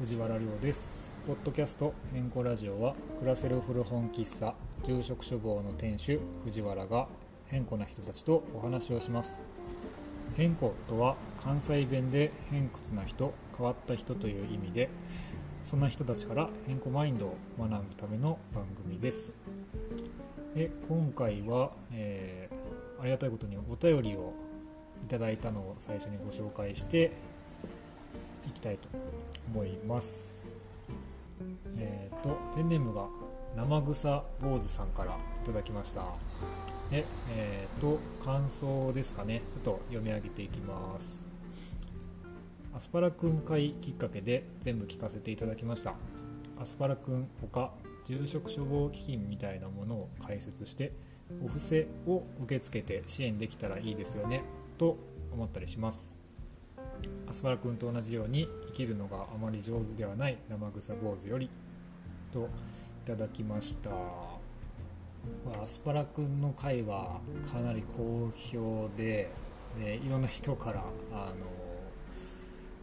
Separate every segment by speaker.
Speaker 1: ですポッドキャスト変更ラジオは暮らせる古本喫茶住職処房の店主藤原が変更な人たちとお話をします変更とは関西弁で偏屈な人変わった人という意味でそんな人たちから変更マインドを学ぶための番組ですで今回は、えーありがたいことにお便りをいただいたのを最初にご紹介していきたいと思いますえっ、とペンネームが生草坊主さんからいただきましたでえっ、と感想ですかねちょっと読み上げていきますアスパラくん会きっかけで全部聞かせていただきましたアスパラくんほか住職処方基金みたいなものを開設してお布施を受け付けて支援できたらいいですよねと思ったりしますアスパラくんと同じように生きるのがあまり上手ではない生臭坊主よりといただきましたまあアスパラくんの回はかなり好評ででいろんな人からあ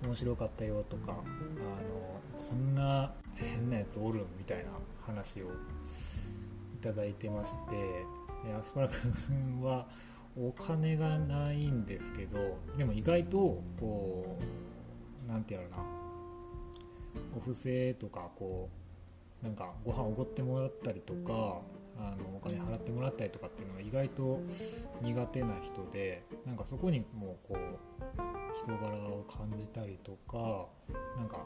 Speaker 1: の面白かったよとかあのこんな変なやつおるんみたいな話をいただいてましてでアスパラくんはお金がないんですけどでも意外とこうなんてやろなお布施とかこうなんかご飯おごってもらったりとかあのお金払ってもらったりとかっていうのが意外と苦手な人でなんかそこにもうこう人柄を感じたりとかなんか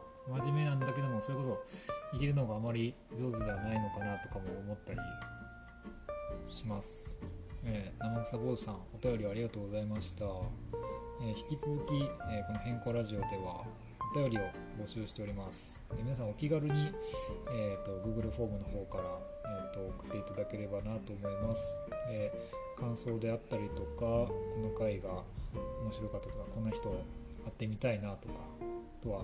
Speaker 1: 真面目なんだけどもそれこそ生きるのがあまり上手ではないのかなとかも思ったりします。えー、生臭坊主さんお便りありがとうございました、えー引き続き、えーこの変更ラジオではお便りを募集しております、えー皆さんお気軽に、えー、と Google フォームの方から、えー、と送っていただければなと思います、えー感想であったりとかこの回が面白かったとかこんな人会ってみたいなとかあとは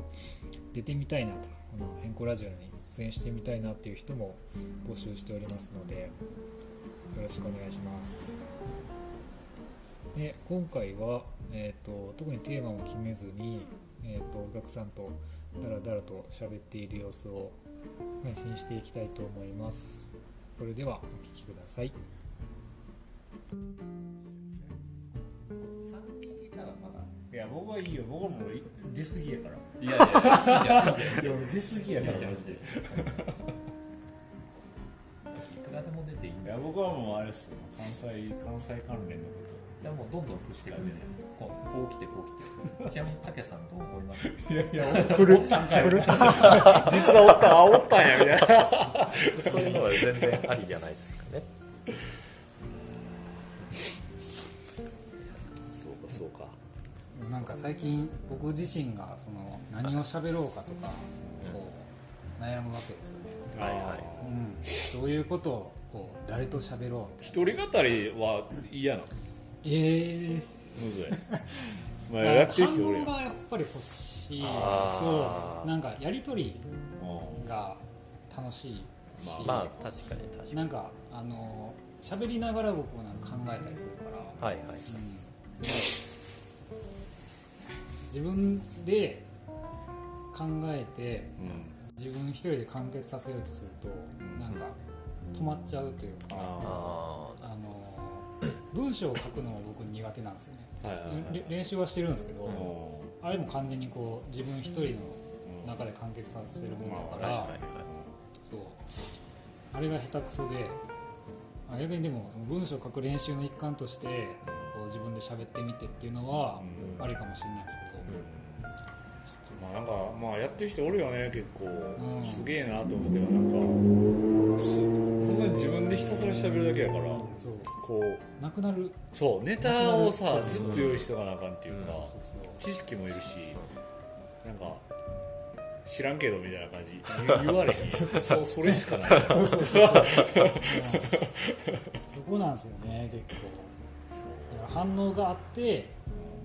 Speaker 1: 出てみたいなとかこの変更ラジオに出演してみたいなっていう人も募集しておりますのでよろしくお願いしますで今回は、えー、と特にテーマを決めずに、えー、とお客さんとダラダラと喋っている様子を配信していきたいと思いますそれではお聴きください
Speaker 2: 3人いたらまだ
Speaker 3: いや僕はいいよ僕もい出過ぎやから
Speaker 2: いやいやいや
Speaker 3: いや俺出過ぎや
Speaker 2: い
Speaker 3: か
Speaker 2: や
Speaker 3: ら
Speaker 2: いや
Speaker 3: マジでい
Speaker 2: いくらでも出ていいんで
Speaker 3: や
Speaker 2: すよ
Speaker 3: 僕はもうあれですよ関西関西関連のこ
Speaker 2: いやもうどんどん振ってくるねこうこう来てこう来てちなみにたけさんどう思います
Speaker 3: といやいやおるったんかい実 はおったあおったんやみ たいな
Speaker 4: そういうのは全然ありじゃないですかね。そうかそうか。
Speaker 5: なんか最近僕自身がその何を喋ろうかとかこう悩むわけですよね、
Speaker 4: はいはい。
Speaker 5: うん、どういうことをこう誰と喋ろうって
Speaker 3: 一人語りは嫌なの
Speaker 5: え
Speaker 3: む ずい
Speaker 5: え
Speaker 3: まあやってる人
Speaker 5: 反
Speaker 3: おるや
Speaker 5: 応
Speaker 3: ん
Speaker 5: がやっぱり欲しい
Speaker 4: あ
Speaker 5: と
Speaker 4: ー
Speaker 5: なんかやり取り
Speaker 3: うん
Speaker 5: が楽しいし、
Speaker 4: まあ確かに確かに。
Speaker 5: なんかあの喋りながら僕もなんか考えたりするから、
Speaker 4: はいはい。
Speaker 5: うんで自分で考えて
Speaker 3: うん
Speaker 5: 自分一人で完結させようとするとなんか止まっちゃうというか、
Speaker 4: あ
Speaker 5: あの文章を書くのも僕苦手なんですよね、
Speaker 3: はいはいはい
Speaker 5: れ練習はしてるんですけど、
Speaker 3: うん
Speaker 5: あれも完全にこう自分一人の中で完結させるものだから、
Speaker 4: あ確か
Speaker 5: そうあれが下手くそであ逆にでもその文章を書く練習の一環としてこう自分で喋ってみてっていうのは
Speaker 3: うん
Speaker 5: ありかもしれないです
Speaker 3: まあなんかまあやってる人おるよね結構、
Speaker 5: うん
Speaker 3: すげえなと思うけどなんかすほんまに自分でひたすら喋るだけやから、
Speaker 5: けど、そ
Speaker 3: こう
Speaker 5: うなくなる
Speaker 3: そうネタをさ
Speaker 5: そう
Speaker 3: ず
Speaker 5: そう
Speaker 3: っと用意しとかなあかんっていうか、
Speaker 5: そうそう
Speaker 3: 知識もいるしなんか知らんけどみたいな感じ 言言われへんそうそれしか ない
Speaker 5: そうそうそう そううんそこなんですよね結構だから反応があって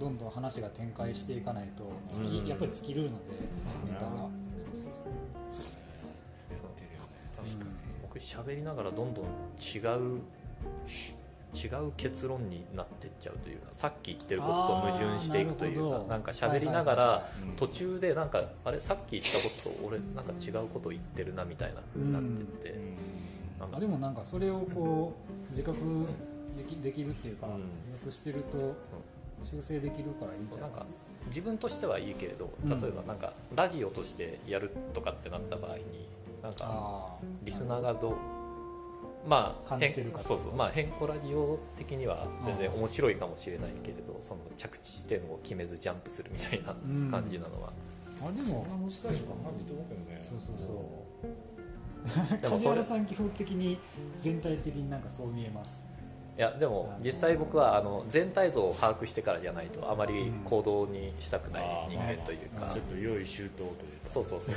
Speaker 5: どんどん話が展開していかないと尽き、
Speaker 4: うん
Speaker 5: やっぱり尽きるので
Speaker 3: うん
Speaker 5: ネタがそうそうそう
Speaker 4: 僕喋りながらどんどん違う違う結論になってっちゃうというかさっき言ってることと矛盾していくとい
Speaker 1: あーなる
Speaker 4: うか
Speaker 1: ほど
Speaker 4: なんか喋りながら、
Speaker 1: はいはい
Speaker 3: うん
Speaker 4: 途中でなんかあれさっき言ったことと俺なんか違うこと言ってるなみたいな風になってって、なん
Speaker 1: あ
Speaker 4: か
Speaker 1: でもなんかそれをこう自覚できできるっていうか、
Speaker 4: うん
Speaker 1: 自覚してると
Speaker 4: その
Speaker 1: 修正できるからいいじゃなで
Speaker 4: ないん
Speaker 1: す
Speaker 4: か
Speaker 1: か
Speaker 4: 自分としてはいいけれど
Speaker 1: うん
Speaker 4: 例えばなんかラジオとしてやるとかってなった場合になんか
Speaker 1: あー
Speaker 4: リスナーがどうまあ
Speaker 1: 感じてるか
Speaker 4: 変そうそうまあ変更ラジオ的には全然面白いかもしれないけれどその着地地点を決めずジャンプするみたいな
Speaker 1: うん
Speaker 4: 感じなのは、
Speaker 1: あでも
Speaker 3: 難しいかあんまり見てもけどね
Speaker 1: そうそうそう
Speaker 4: でも
Speaker 1: 梶
Speaker 4: それ
Speaker 1: 原さん基本的に全体的になんかそう見えます
Speaker 4: いやでも実際僕はあの全体像を把握してからじゃないとあまり行動にしたくない人間というか、
Speaker 3: ちょっと用意周到というか
Speaker 4: そうそうそうあ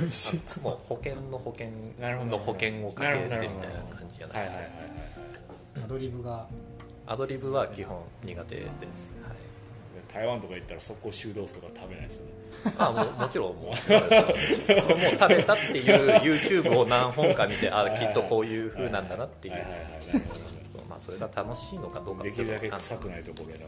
Speaker 4: のもう保険の保険
Speaker 3: なるほど
Speaker 4: の保険をかけてみた
Speaker 3: な
Speaker 4: いな
Speaker 3: るほど
Speaker 4: 感じじゃ
Speaker 3: は
Speaker 4: ないい
Speaker 3: はいはいはい
Speaker 1: アドリブが
Speaker 4: アドリブは基本苦手です、は
Speaker 3: 台湾とか行ったら速攻臭豆腐とか食べないですよね
Speaker 4: い、まあももちろんもうもう食べたっていう YouTube を何本か見てあきっとこういう風なんだなっていう
Speaker 3: はいはいはいなるほど
Speaker 4: そうまあそれが楽しいのかどうか
Speaker 3: で
Speaker 4: っ
Speaker 3: き
Speaker 4: てい
Speaker 3: る
Speaker 4: う
Speaker 3: だけ
Speaker 4: のは
Speaker 3: 臭くないところ選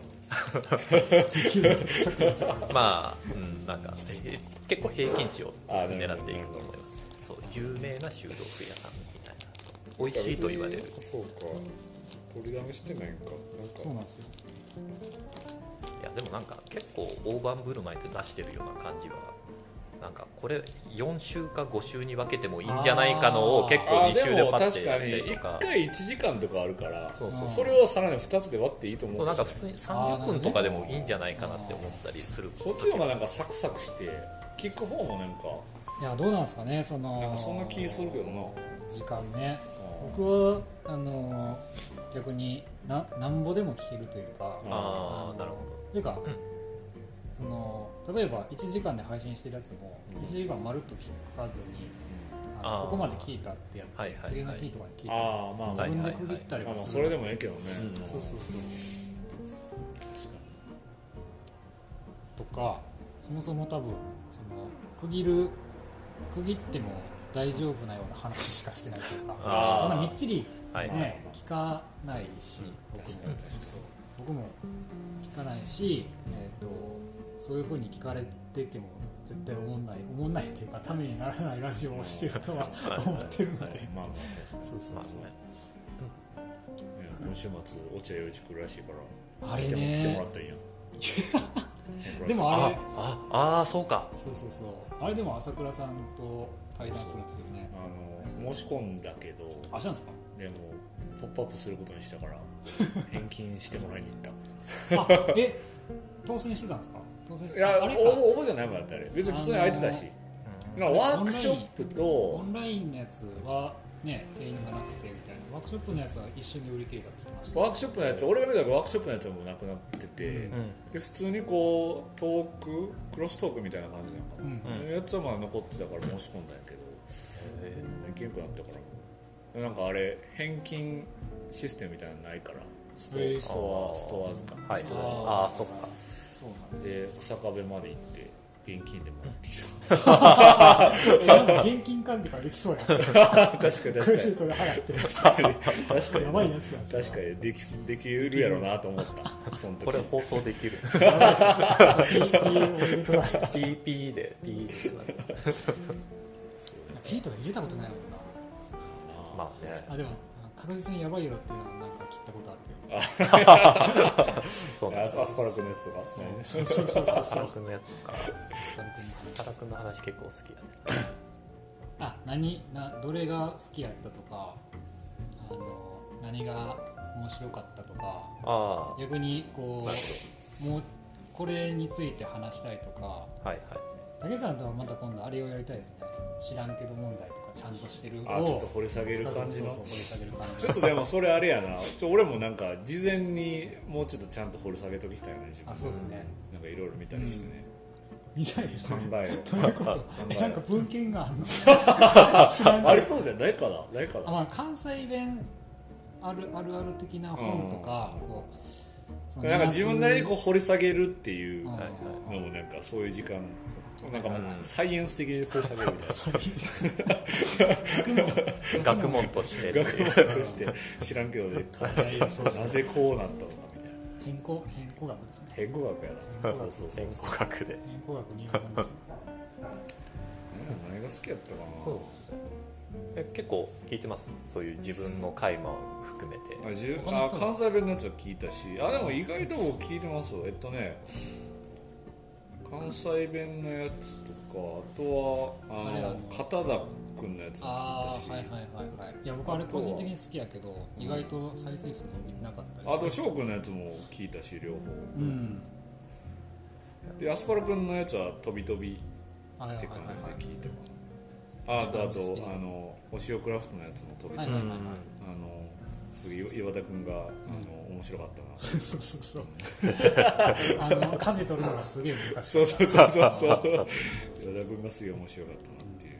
Speaker 4: まあ、うん、なんかえ結構平均値を
Speaker 3: あーなるほど
Speaker 4: 狙っていくと思いますそう有名な修道府屋さんみたいな美味しいと言われる
Speaker 3: そうか取りだめしてないんかなんか
Speaker 1: そうなんですよ
Speaker 4: いやでもなんか結構大盤振る舞いで出してるような感じはなんかこれ4週か5週に分けてもいいんじゃないかのを結構
Speaker 3: あ
Speaker 4: 2
Speaker 3: ー
Speaker 4: 週
Speaker 3: で
Speaker 4: で
Speaker 3: も
Speaker 4: パッ
Speaker 3: 確
Speaker 4: て
Speaker 3: か
Speaker 4: やっ
Speaker 3: に
Speaker 4: てとか
Speaker 3: 1回1時間とかあるから
Speaker 4: そうそううん
Speaker 3: それをさらに2つで割っていいと思
Speaker 4: そううんなん
Speaker 3: です
Speaker 4: か
Speaker 3: よ
Speaker 4: 普
Speaker 3: ね
Speaker 4: 通に
Speaker 1: あーなる
Speaker 4: 30
Speaker 1: ほどね
Speaker 4: 分とかでもいいんじゃないかなって思ったりする
Speaker 3: そっちの方がなんかサクサクして聞く方もなんか
Speaker 1: いやどうなんですかねその
Speaker 3: なんかそんな気するけどな
Speaker 1: 時間ね
Speaker 3: あ
Speaker 1: 僕はあの逆にななんぼでも聞けるというか
Speaker 4: ああなるほ
Speaker 1: というか、その例えば1時間で配信してるやつも1時間まるっと聞かずに、あの
Speaker 4: あー
Speaker 1: ここまで聞いたってやって、
Speaker 4: はいはいはい
Speaker 1: 次の日とかに聞いたり、
Speaker 3: あーまあまあ
Speaker 4: はい
Speaker 1: 自
Speaker 4: は
Speaker 1: 分
Speaker 4: い
Speaker 1: で区切ったり
Speaker 3: まあ
Speaker 1: も
Speaker 3: まあ
Speaker 1: す
Speaker 3: そ
Speaker 1: る、
Speaker 3: れでもええけどね
Speaker 1: そうそうそうとかそもそも多分その区切る区切っても大丈夫なような話しかしてないというか
Speaker 4: あー
Speaker 1: そんなみっちり、ね
Speaker 4: はいはい
Speaker 1: 聞かないし僕も僕も聞かないし、えー、とそういうふうに聞かれてても絶対思んない思んないっていうかためにならないラジオをしてるとは思ってるの で
Speaker 3: まあまあ
Speaker 1: そうそう
Speaker 4: ど、まあ
Speaker 1: そう
Speaker 4: ね
Speaker 3: いや今週末落合陽一来るらしいから
Speaker 1: あれね
Speaker 3: 来ても来てもらったらいいや ん
Speaker 1: でもあれ
Speaker 4: あああーそうか
Speaker 1: そうそうそうあれでも朝倉さんと対談するんですよね
Speaker 3: あの申し込んだけど
Speaker 1: あしたんですか
Speaker 3: でもポップアップすることにしたから 返金してもらいに行った
Speaker 1: あえ当選してたんですか当選し
Speaker 3: いや
Speaker 1: あれか
Speaker 3: 応募応募じゃないもんだってあれ別に普通に空いてたし、だからワークショップ
Speaker 1: オ
Speaker 3: と
Speaker 1: ンラインのやつはね定員がなくてみたいなワークショップのやつは一瞬で売り切れたって言ってました
Speaker 3: ワークショップのやつ俺が見たからワークショップのやつはもうなくなってて、で普通にこうトーククロストークみたいな感じなんかな、
Speaker 4: うん
Speaker 3: のやつはまあ残ってたから申し込んだんやけど
Speaker 4: え
Speaker 3: 行けなくなったからなんかあれ返金システムみたいなのないからスト
Speaker 1: へー
Speaker 3: ストア
Speaker 4: あー
Speaker 3: ストアーズか、
Speaker 4: ーはい
Speaker 1: あ
Speaker 4: ああーそっか
Speaker 1: そう
Speaker 3: で日下部まで行って現金でもらってき
Speaker 1: なんだえなんか現金管理ができそうやク
Speaker 3: た確かに確か
Speaker 1: レジ
Speaker 3: に
Speaker 1: ットで払って
Speaker 3: 確かに確かに
Speaker 1: やばいやつなんですよ
Speaker 3: 確かにできできるやろうなと思ったその時
Speaker 4: これ放送でき る PP で P で
Speaker 1: ピートが入れたことないもんな
Speaker 4: まあね
Speaker 1: あでも確実にやばいよっていうのはなんか切ったことあるけど
Speaker 4: そう
Speaker 3: あ
Speaker 4: ね
Speaker 3: アスパラクのやつとか、
Speaker 1: そうそうそうそう
Speaker 4: 働くのやつか働くの話結構好きやね
Speaker 1: あ何などれが好きやったとかあの何が面白かったとか
Speaker 4: あ
Speaker 1: 逆にこうもうこれについて話したいとか
Speaker 4: あはいはい
Speaker 1: 竹さんとはまた今度あれをやりたいですね知らんけど問題とかちゃんとしてるを
Speaker 3: あちょっと掘り下げる感じ
Speaker 1: そうそう
Speaker 3: の
Speaker 1: そう掘り下げる感じ
Speaker 3: ちょっとでもそれあれやなちょ俺もなんか事前にもうちょっとちゃんと掘り下げときたいよね自分
Speaker 1: あそうですね
Speaker 3: なんかいろいろ見たりしてね、
Speaker 1: 見たいですね
Speaker 3: 考え
Speaker 1: ど
Speaker 3: を
Speaker 1: ういうことえなんか文献があんの知らんけど
Speaker 3: ありそうじゃないかなないか
Speaker 1: あ
Speaker 3: な
Speaker 1: まあ、関西弁あるあるある的な本とか、こうその
Speaker 3: なんか自分なりにこう掘り下げるっていう
Speaker 1: う
Speaker 3: の
Speaker 1: ん
Speaker 3: もなんかそういう時間なんかもう
Speaker 4: うん
Speaker 3: サイエンス的に掘り下げるみたいな
Speaker 1: 僕も
Speaker 4: 学問として
Speaker 3: 学問として知らんけどね なぜこうなったのかみたいな
Speaker 1: 変更変更額ですね
Speaker 3: 変更学やなそうそうそう
Speaker 4: 言語学で
Speaker 1: 変更額入門ですね
Speaker 3: 何が好きやったかな
Speaker 1: そ
Speaker 4: え結構聞いてますそういう自分の会話も含めて
Speaker 3: あ自分
Speaker 1: 他の
Speaker 3: あ
Speaker 1: 人は
Speaker 3: 関西弁のやつは聞いたしあでも意外と僕聞いてますわえっとね関西弁のやつとかあとはあ
Speaker 1: あれあ
Speaker 3: の
Speaker 1: の
Speaker 3: 片田君のやつも
Speaker 1: あ
Speaker 3: 聞
Speaker 1: あ
Speaker 3: いた
Speaker 1: はい
Speaker 3: し
Speaker 1: はいはいはいいや僕あれ個人的に好きやけど意外と再生数伸びなかったり
Speaker 3: あと翔くんのやつも聞いたし両方
Speaker 1: うん
Speaker 3: でアスパラ君のやつは飛び飛び
Speaker 1: はい
Speaker 3: っ
Speaker 1: はい
Speaker 3: て
Speaker 1: は
Speaker 3: 感
Speaker 1: いはい
Speaker 3: じで聞いてかなあとあと
Speaker 1: はいはい
Speaker 3: あのお塩クラフトのやつも飛び飛び、
Speaker 1: はい
Speaker 4: うん
Speaker 1: はい
Speaker 3: あのすぐ岩岩田君が、あの面白かったな
Speaker 1: そうそうそうそうあの舵取るのがすげえ難し
Speaker 3: そう
Speaker 1: い
Speaker 3: そうそうそうそう矢田君がすげえ面白かったなっていう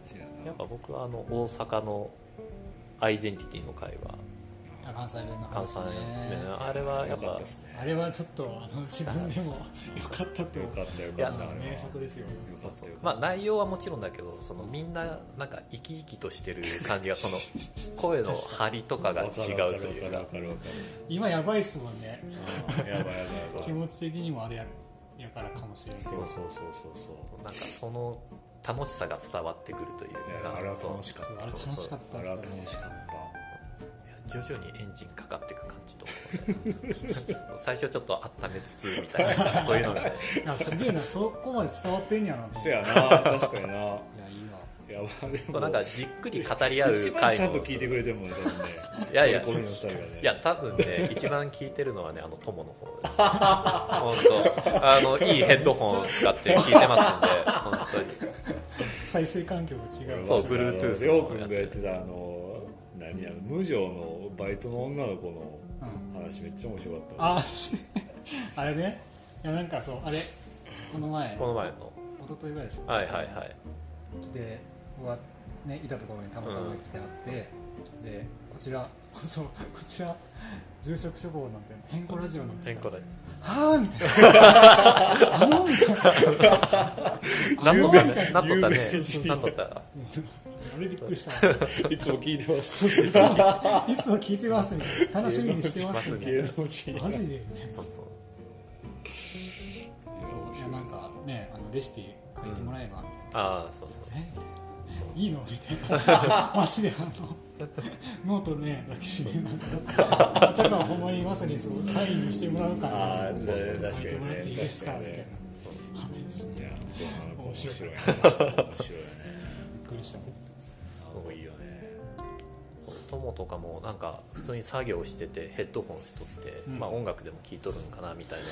Speaker 3: せや
Speaker 4: や
Speaker 3: な
Speaker 4: っぱ僕はあの大阪のアイデンティティの会話
Speaker 1: あ関西弁の
Speaker 4: 関
Speaker 1: 話
Speaker 4: 西
Speaker 1: ね
Speaker 4: ねあれはやっ
Speaker 3: よかっ
Speaker 4: ぱ
Speaker 3: たっすね
Speaker 1: あれはちょっとあの自分でもよかったって
Speaker 3: よ
Speaker 1: 思う
Speaker 3: かったよ
Speaker 4: い
Speaker 3: か
Speaker 4: や
Speaker 1: あ
Speaker 3: った
Speaker 1: の
Speaker 3: あれは
Speaker 1: 名
Speaker 3: よ
Speaker 1: 作ですよ
Speaker 3: かったよかっ
Speaker 4: まあ内容はもちろんだけどそのみんななんか生き生きとしてる感じがその声の張りとか
Speaker 3: た
Speaker 4: が違
Speaker 3: わかる
Speaker 4: うという
Speaker 3: わ
Speaker 4: か
Speaker 3: かるわか
Speaker 1: 今やばいっすもんね
Speaker 3: るわかるやばいやばい
Speaker 1: 気
Speaker 3: やばい
Speaker 1: 持ち的にもあれややからかもしれない
Speaker 3: そうそうそうそうそう
Speaker 4: なんかその楽しさが伝わってくるという
Speaker 3: いや
Speaker 4: か
Speaker 3: あれは
Speaker 4: そう
Speaker 3: 楽しかっ
Speaker 1: あれ楽しかった
Speaker 3: たあれは楽
Speaker 1: です
Speaker 3: し
Speaker 1: よね
Speaker 3: かった
Speaker 4: いや徐々にエンジンかかっていく感じと最初ちょっと温めつつみたいなそういうのがね
Speaker 1: いやすげえなそこまで伝わってんやなと思って
Speaker 3: せやな確かにな
Speaker 1: い
Speaker 3: や
Speaker 1: やいいわ
Speaker 3: ばいで
Speaker 4: そう
Speaker 3: も
Speaker 4: なんかじっくり語り合う
Speaker 3: 一番
Speaker 4: 会
Speaker 3: ちゃん
Speaker 4: も
Speaker 3: と聞いてくれてるもんね多分ね
Speaker 4: いやいや
Speaker 3: コミの二人がね
Speaker 4: いや多分ね一番聞いてるのはねあの友の方です本当あのいいヘッドホンを使って聞いてますんで本当に
Speaker 1: 再生環境が違う
Speaker 4: そう Bluetooth
Speaker 3: りょうくんがやってたあの何や無常のバイトの女の子の
Speaker 1: うん
Speaker 3: 話めっちゃ面白かった
Speaker 1: あ あれねいやなんかそうあれこの前
Speaker 4: こ
Speaker 1: 一
Speaker 4: の前の
Speaker 1: 昨日ぐらいでしょ
Speaker 4: はいはいはい
Speaker 1: 来て僕は、ね、いたところにたまたま来てあって、でこちらこそうこちら住職処方なんて変更ラジオの
Speaker 4: 変更だ
Speaker 1: はあみたいな あのみたいな
Speaker 4: な
Speaker 1: あ
Speaker 4: ん
Speaker 1: の
Speaker 4: と
Speaker 1: み
Speaker 4: った
Speaker 1: た
Speaker 4: ね
Speaker 1: い
Speaker 4: な
Speaker 1: な
Speaker 4: っとったね
Speaker 3: 有名人
Speaker 4: なんとった
Speaker 1: あれびっくりした
Speaker 3: いつも聞いて ます
Speaker 1: いつも聞いてますみたいな楽しみにしてますみたい
Speaker 3: 芸能人
Speaker 1: なマジでみたいな
Speaker 4: そうそう
Speaker 1: いやなんかねあのレシピ書いてもらえばみたいな、
Speaker 4: ああそうそう
Speaker 1: えいいのみたい なマジであのノートね抱きしめながらあたかもほんまにまさにそうサインをしてもらうから
Speaker 3: あー確か
Speaker 1: 書
Speaker 3: にね
Speaker 1: いてもらっていいですかみたいなあです
Speaker 3: い
Speaker 1: ね
Speaker 3: やあの子面白いね面白
Speaker 1: び
Speaker 3: いね
Speaker 1: っくり した
Speaker 3: あの子いいよね
Speaker 4: 友とかもなんか普通に作業しててヘッドホンしとって、
Speaker 1: うん
Speaker 4: まあ、音楽でも聴いとるんかなみたいな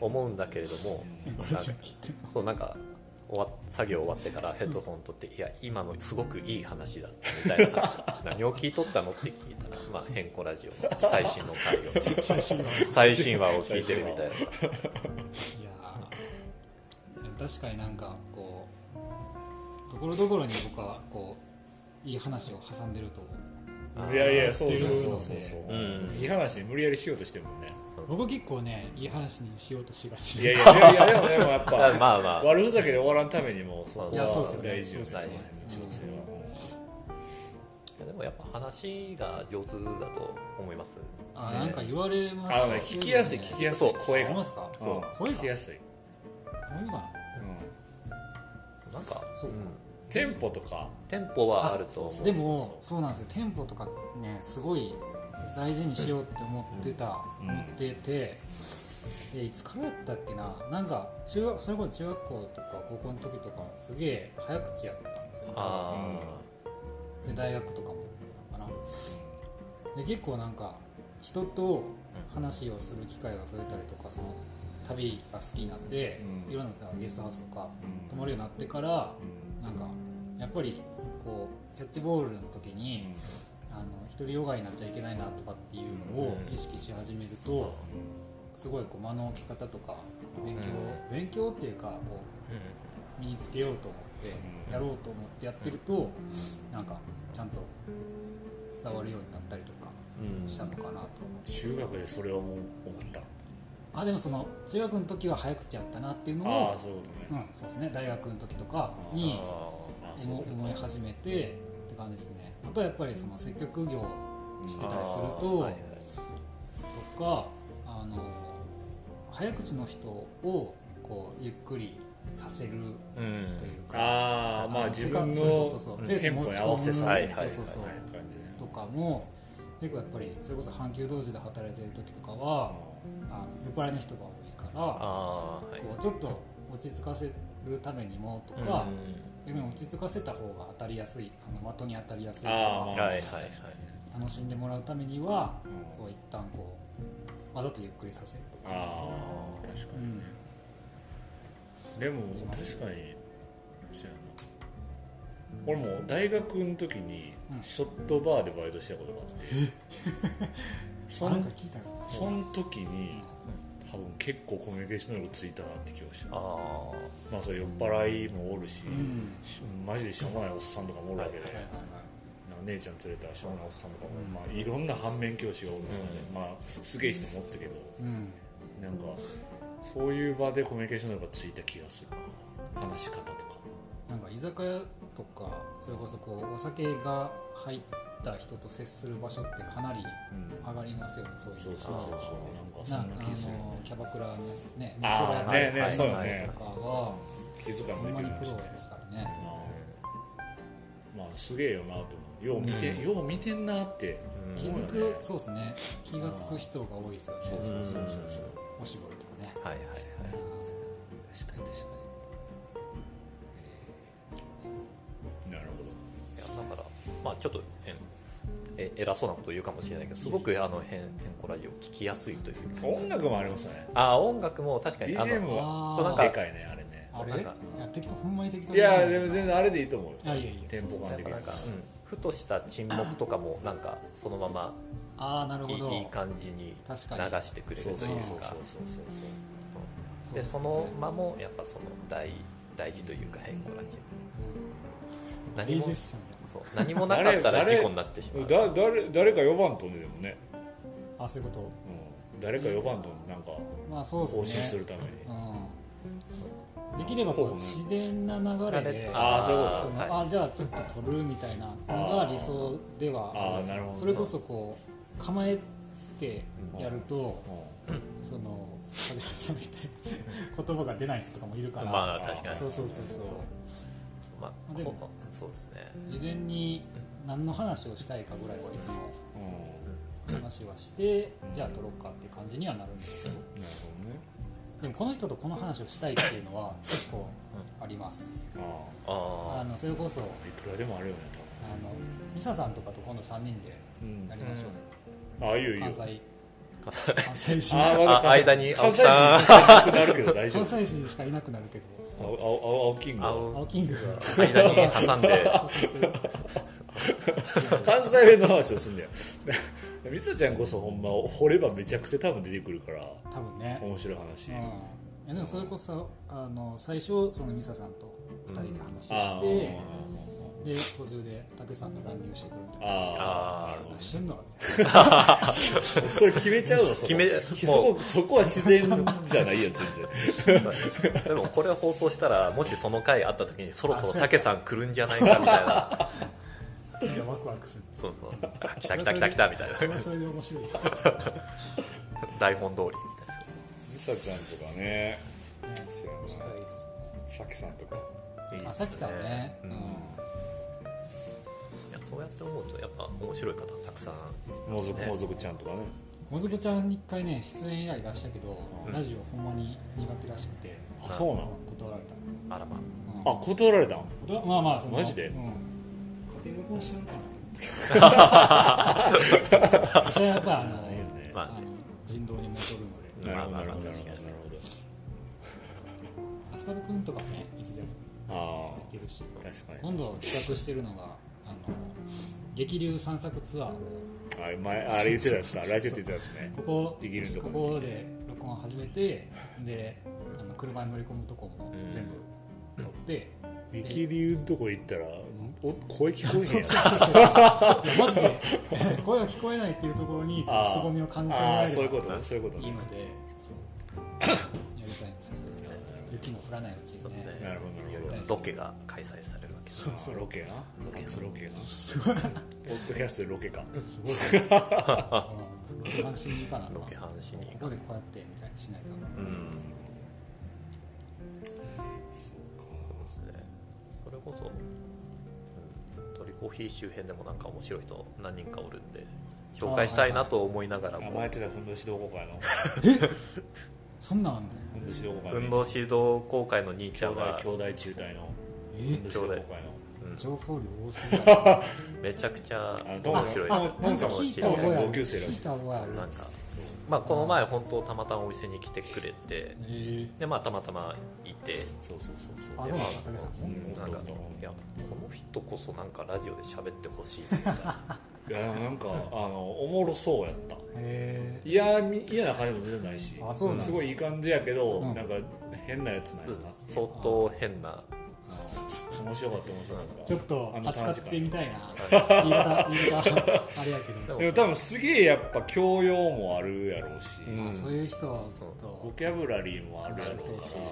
Speaker 4: 思うんだけれども なんかそうなんか終わ作業終わってからヘッドホン取って「いや今のすごくいい話だった」みたい な何を聞いとったのって聞いたら「まあ、変更ラジオ」の最新の回を
Speaker 1: 最新話いや
Speaker 4: 最新話を聞いてるみたいな
Speaker 1: ー確かになんかこうところどころに僕はこういい話を挟んでると思う
Speaker 4: あー
Speaker 3: いやいやそうそう
Speaker 1: っていう
Speaker 3: そ
Speaker 1: の
Speaker 3: う
Speaker 1: で
Speaker 3: そうそう、
Speaker 4: うん
Speaker 3: いい話に無理やりしようとしてもね
Speaker 1: 僕は結構ねいい話にしようとしがち
Speaker 3: いやいやいやいやでもでもやっぱ
Speaker 4: あまあまあ
Speaker 3: 悪ふざけで終わらんためにもそこ
Speaker 4: いやそうっ
Speaker 3: は
Speaker 1: すよね
Speaker 3: 大事よね
Speaker 4: そうっすよね
Speaker 3: 調整は
Speaker 4: でもやっぱ話が上手だと思います
Speaker 1: あなんか言われます
Speaker 3: あのね聞きやすい聞きやすい声
Speaker 1: ありま
Speaker 3: が
Speaker 1: すか
Speaker 3: うん
Speaker 1: 声が
Speaker 3: 聞きやすい、
Speaker 1: 声が
Speaker 3: うん
Speaker 4: なんか
Speaker 1: そうか
Speaker 3: テンポとか
Speaker 4: テンポはあると思う
Speaker 1: でもそうなんですよテンポとかねすごい大事にしようって思ってた、
Speaker 3: うん
Speaker 1: 思っててでいつからやったっけななんか中学それこそ中学校とか高校の時とかすげえ早口やったんですよ
Speaker 4: ああ、
Speaker 1: で大学とかもなのかなで結構なんか人と話をする機会が増えたりとかその旅が好きになって、
Speaker 3: うん
Speaker 1: いろんなゲストハウスとか
Speaker 3: うん
Speaker 1: 泊まるようになってからなんかやっぱりこうキャッチボールの時に、あの一人ヨガになっちゃいけないなとかっていうのを
Speaker 4: うん
Speaker 1: 意識し始めるとすごいこう間の置き方とか勉強、勉強っていうかこう身につけようと思っ
Speaker 3: うん
Speaker 1: てやろうと思ってやってるとなんかちゃんと伝わるようになったりとか
Speaker 4: うんうん
Speaker 1: したのかなと思って
Speaker 3: 中学でそれをもう思った
Speaker 1: あでもその中学の時は早口やったなっていうの
Speaker 3: あ
Speaker 1: を
Speaker 3: あそういうこ
Speaker 1: う
Speaker 3: とね、
Speaker 1: んそうですね大学の時とかに
Speaker 4: あ
Speaker 3: あ
Speaker 2: そういう
Speaker 1: 思
Speaker 2: ことか
Speaker 1: 思い始めてって感じですねあとはやっぱりその接客業してたりする
Speaker 4: あー
Speaker 1: と、
Speaker 4: はいはい
Speaker 1: とかあの早口の人をこうゆっくりさせる
Speaker 4: うん
Speaker 1: というか、
Speaker 3: ああまあ
Speaker 1: あの
Speaker 3: 自分
Speaker 1: そうそうそうそう
Speaker 3: のうん
Speaker 1: ペース
Speaker 3: テンポに合わせさせる
Speaker 4: はいはいはい
Speaker 1: そうそうそう
Speaker 3: 感じね
Speaker 1: とかも結構やっぱりそれこそ阪急同時で働いてる時とかはあの酔っ払いの人が多いから
Speaker 4: ああはい
Speaker 1: こうちょっと落ち着かせるためにもと
Speaker 4: うん
Speaker 1: か、逆に落ち着かせた方が当たりやすいあの的に当たりやすい
Speaker 3: あー
Speaker 4: はいはいはい
Speaker 1: 楽しんでもらうためには
Speaker 3: うん
Speaker 1: こう一旦こうわざとゆっくりさせるとか、
Speaker 3: ああ確か
Speaker 1: う
Speaker 3: に
Speaker 1: ん、
Speaker 3: でも確かにそうやな俺も大学の時に
Speaker 1: うん
Speaker 3: ショットバーでバイトしたことがあって、そ
Speaker 1: あなん
Speaker 3: ん
Speaker 1: か聞いたよ
Speaker 3: その時に多分結構コミュニケーション能力ついたなって気がした
Speaker 4: ああ
Speaker 3: まあそれ酔っ払いもおるし、
Speaker 1: うん
Speaker 3: マジでしょうもないおっさんとかもおるわけで、
Speaker 1: はいはいはい
Speaker 3: なんか姉ちゃん連れたしょうもないおっさんとかも、まあ、いろんな反面教師がおるので、まあすげえ人もおったけど
Speaker 1: うん
Speaker 3: なんかそういう場でコミュニケーション能力がついた気がするな話し方とか
Speaker 1: なんか居酒屋とかそれこそこうお酒が入った人と接する場所ってかなり
Speaker 3: うん
Speaker 1: 上がりますよねそういう
Speaker 3: そうそうそうそう
Speaker 1: な
Speaker 3: なんんか
Speaker 1: か
Speaker 3: そんな
Speaker 1: あ
Speaker 3: 気するよね
Speaker 1: のキャバクラのね
Speaker 3: あ
Speaker 1: 店
Speaker 3: ー
Speaker 1: が
Speaker 3: ねね
Speaker 1: やって
Speaker 3: そう
Speaker 1: る
Speaker 3: よね
Speaker 1: とかは
Speaker 3: 気づか
Speaker 1: ほん
Speaker 3: な
Speaker 1: ま
Speaker 3: い
Speaker 1: に
Speaker 3: け
Speaker 1: プ
Speaker 3: ど
Speaker 1: ロですからね
Speaker 3: まあすげえよなと思うよう見て、よう見てんなって、
Speaker 4: うん
Speaker 1: 気
Speaker 3: 思うよ
Speaker 1: づ
Speaker 3: ね
Speaker 1: くそうですね気がつく人が多いですよ
Speaker 3: そう
Speaker 1: ね
Speaker 3: そうそうそうそう
Speaker 1: おしぼりとかね
Speaker 4: はいはいはい
Speaker 3: 確かに確かになるほど
Speaker 4: いやだからまあちょっとええ偉そうなこと言うかもしれないけどすごくあの変変コラジオ聞きやすいというか
Speaker 3: 音楽もありますよね
Speaker 4: ああ音楽も確かにあ
Speaker 3: BGM
Speaker 4: の
Speaker 3: は
Speaker 1: あ
Speaker 4: そうなん
Speaker 1: ー
Speaker 4: か
Speaker 3: でかいねあれね
Speaker 1: あれ
Speaker 4: なん
Speaker 1: い
Speaker 4: か
Speaker 1: や適当ほんまに適当
Speaker 3: いやでも全然あれでいいと思うよ
Speaker 1: いやいやいや
Speaker 3: テンポ感
Speaker 4: なん
Speaker 3: 的
Speaker 4: か
Speaker 3: に
Speaker 4: なんか、うんふとした沈黙とかもなんかそのまま
Speaker 1: ああなる
Speaker 4: い
Speaker 1: ほど
Speaker 4: いいい感じに流
Speaker 1: 確かに
Speaker 4: してくれると
Speaker 3: そ
Speaker 4: いうう
Speaker 3: そうそうそう
Speaker 4: か
Speaker 3: そうそうそう
Speaker 1: そう
Speaker 4: でその間もやっぱその大大事というか変更ラジオ何
Speaker 1: 大
Speaker 4: も
Speaker 1: 絶賛
Speaker 4: そう何もなかったら事故になってしまう
Speaker 3: だ誰誰か呼ばんとねでもね、
Speaker 1: あそういうこと
Speaker 3: うん、誰か呼ばんとなんか
Speaker 1: まあそう
Speaker 3: 更
Speaker 1: ですね
Speaker 3: 新するために、
Speaker 1: うん、できればこ
Speaker 3: そう
Speaker 1: う
Speaker 3: ね
Speaker 1: 自然な流れで
Speaker 3: あーそういうこと
Speaker 1: その、
Speaker 4: は
Speaker 1: あ
Speaker 4: い
Speaker 1: じゃあちょっと撮るみたいなのが理想では
Speaker 3: あー
Speaker 1: るんです
Speaker 3: なるほど
Speaker 1: それこそこう構えてやると、
Speaker 3: う
Speaker 1: その風邪さんみたい に言葉が出ない人とかもいるから、
Speaker 4: まあ確かに
Speaker 1: そうそうそうそう
Speaker 4: そうまあ
Speaker 1: でも
Speaker 4: このそうですね
Speaker 1: 事前に何の話をしたいかぐらいはいつも
Speaker 3: んうん
Speaker 1: 話はしてじゃあ撮ろうかっていう感じにはなるんですけど
Speaker 3: なる
Speaker 1: でもこの人とこの話をしたいっていうのは結構あります、
Speaker 3: ほどね
Speaker 1: あ
Speaker 4: あ
Speaker 1: のそれこそ
Speaker 3: ああいくらでもあるよね
Speaker 1: あのミサさんとかと今度3人で
Speaker 3: 多分、
Speaker 1: やりましょう、
Speaker 3: ああいいよいいよ
Speaker 1: 関西関西人
Speaker 3: あまだ
Speaker 4: あ間に
Speaker 3: 関西
Speaker 4: 青
Speaker 3: 人
Speaker 4: 木
Speaker 3: しかいなくなるけど大丈
Speaker 1: 関
Speaker 3: 夫
Speaker 1: 西人しかいなくなるけど
Speaker 3: 青青青キング
Speaker 4: あ青
Speaker 1: 青キング
Speaker 4: 間に挟んで
Speaker 3: 関西弁の話をすんだよ みさちゃんこそほんま掘ればめちゃくちゃ多分出てくるから
Speaker 1: 多分 ね、
Speaker 3: 面白い話、
Speaker 1: うん、いやでもそれこそあの最初そのミサさんと2人で話し
Speaker 3: あ
Speaker 1: て、で途中で武さんが乱入してくるみたい
Speaker 3: ああ
Speaker 4: あ
Speaker 1: な何してんのみたい
Speaker 3: ーそれ 決めちゃうのそこ
Speaker 4: 決め
Speaker 3: そ
Speaker 4: も
Speaker 3: こそこは自然じゃないや全然
Speaker 4: あ でもこれを放送したらもしその回あった時にそろそろたけさん来るんじゃないかみたいな
Speaker 1: なみんなワクワクする
Speaker 4: そうそうあ来た来た来た来たみたい
Speaker 1: それ
Speaker 4: な
Speaker 1: はそれで面白い、ね、
Speaker 4: 台本通りみたいな
Speaker 3: みさちゃんとかねそうやな
Speaker 1: したいっす
Speaker 3: さきさんとかい
Speaker 1: ね
Speaker 3: いで
Speaker 1: あ
Speaker 3: す
Speaker 1: さきさんね、うん
Speaker 4: いやそうやって思うとやっぱ面白い方たくさん
Speaker 3: もずくもずくちゃんとかね
Speaker 1: もずくちゃん一回ね出演依頼出したけど、ラジオほんまに苦手らしくて
Speaker 3: あそうなの
Speaker 1: 断られた
Speaker 4: あらま
Speaker 1: うん
Speaker 3: あ断られたん
Speaker 1: 断まあまあその
Speaker 3: マジで
Speaker 1: うん、家庭旅行してんのかな それはやっぱあの
Speaker 3: いいよね
Speaker 4: まあ
Speaker 1: あの人道に戻るので
Speaker 3: なるほど
Speaker 4: ま
Speaker 3: な
Speaker 4: あ
Speaker 3: る
Speaker 4: まあ
Speaker 3: ほどなる
Speaker 4: 確かに
Speaker 3: ほど
Speaker 1: アスパルくんとかねいつでも
Speaker 3: あ
Speaker 1: 行けるし
Speaker 3: あ確か
Speaker 1: 今度企画してるのがあの激流散策ツアーを
Speaker 3: にあれ前あれ言ってたやつだラジオって言ってたやつね
Speaker 1: ここ
Speaker 3: できるとこ
Speaker 1: ここで録音を始め てであの車に乗り込むとこも全部撮って、
Speaker 3: 激流のとこ行ったらお声聞こえへんやん
Speaker 1: いやマジで声が聞こえないっていうところにこ
Speaker 3: あー
Speaker 1: う凄みを感じても
Speaker 3: あ
Speaker 1: ら
Speaker 3: あ
Speaker 1: え
Speaker 3: そう
Speaker 1: れ
Speaker 3: いうこ
Speaker 1: ば
Speaker 3: とねそういうこと
Speaker 1: いい
Speaker 3: ね
Speaker 1: のでやりたいんですけど雪も降らないうちにね
Speaker 4: そうですね
Speaker 3: なるほどなるほど
Speaker 1: やりたいです
Speaker 4: ロケが開催されるわけ
Speaker 3: そうそうロケな初ロケなポッドキャストでロケか
Speaker 1: すごいうん安心にいいかな
Speaker 4: ロケハンしに
Speaker 1: ここでこうやってみたいにしないかな
Speaker 4: うん
Speaker 3: そうか
Speaker 4: そうですねそれこそ、うん、鳥コーヒー周辺でもなんか面白い人何人かおるんで紹介したいなと思いながら
Speaker 3: あ
Speaker 4: も、
Speaker 3: 前やってたふんどし同好会の
Speaker 1: そんなんあんの
Speaker 3: ふんどし同好会の
Speaker 4: 運動指導公会の兄ち
Speaker 3: 兄
Speaker 4: ゃん
Speaker 3: 弟
Speaker 4: が
Speaker 3: 兄弟中隊のふん
Speaker 1: え
Speaker 3: どし同好会の
Speaker 1: 情報量多すぎる
Speaker 4: めちゃくち
Speaker 3: あ
Speaker 4: ゃ
Speaker 3: の友
Speaker 4: 面
Speaker 3: 達
Speaker 4: 白い
Speaker 1: あな
Speaker 4: 人
Speaker 1: んか
Speaker 4: 友
Speaker 1: 聞い
Speaker 4: 達
Speaker 1: た
Speaker 4: で
Speaker 1: 覚えある
Speaker 3: 同級生らしい
Speaker 1: 聞いた覚え
Speaker 4: そ
Speaker 1: あ
Speaker 4: う
Speaker 1: る
Speaker 4: なんか、まあ、この前本当たまたまお店に来てくれて
Speaker 1: えー
Speaker 4: でまあたまたまいて
Speaker 3: そうそうそうそう
Speaker 1: あそうなんだ竹さんも
Speaker 3: うん
Speaker 4: なんか
Speaker 3: おっとおっと
Speaker 4: いやこの人こそなんかラジオで喋ってほ しい
Speaker 3: いやでもなんかあのおもろそうやった
Speaker 1: へ
Speaker 3: いやみ嫌な感じも全然ないし
Speaker 1: あそうなんだ
Speaker 3: すごいいい感じやけど、
Speaker 1: うん
Speaker 3: なんか変なやつないなっていう
Speaker 4: 相当変な
Speaker 3: 面白かった面白かった
Speaker 1: ちょっと
Speaker 3: あの
Speaker 1: 扱
Speaker 3: 短
Speaker 1: っ
Speaker 3: 時間
Speaker 1: てみたいな言い方言い方あれやけど、
Speaker 3: でも多分すげえやっぱ教養もあるやろうし、
Speaker 4: ん
Speaker 1: まあそういう人はちょっ
Speaker 3: ボ
Speaker 1: と
Speaker 3: キャブラリーもあるやろうか
Speaker 1: そうそう
Speaker 3: ら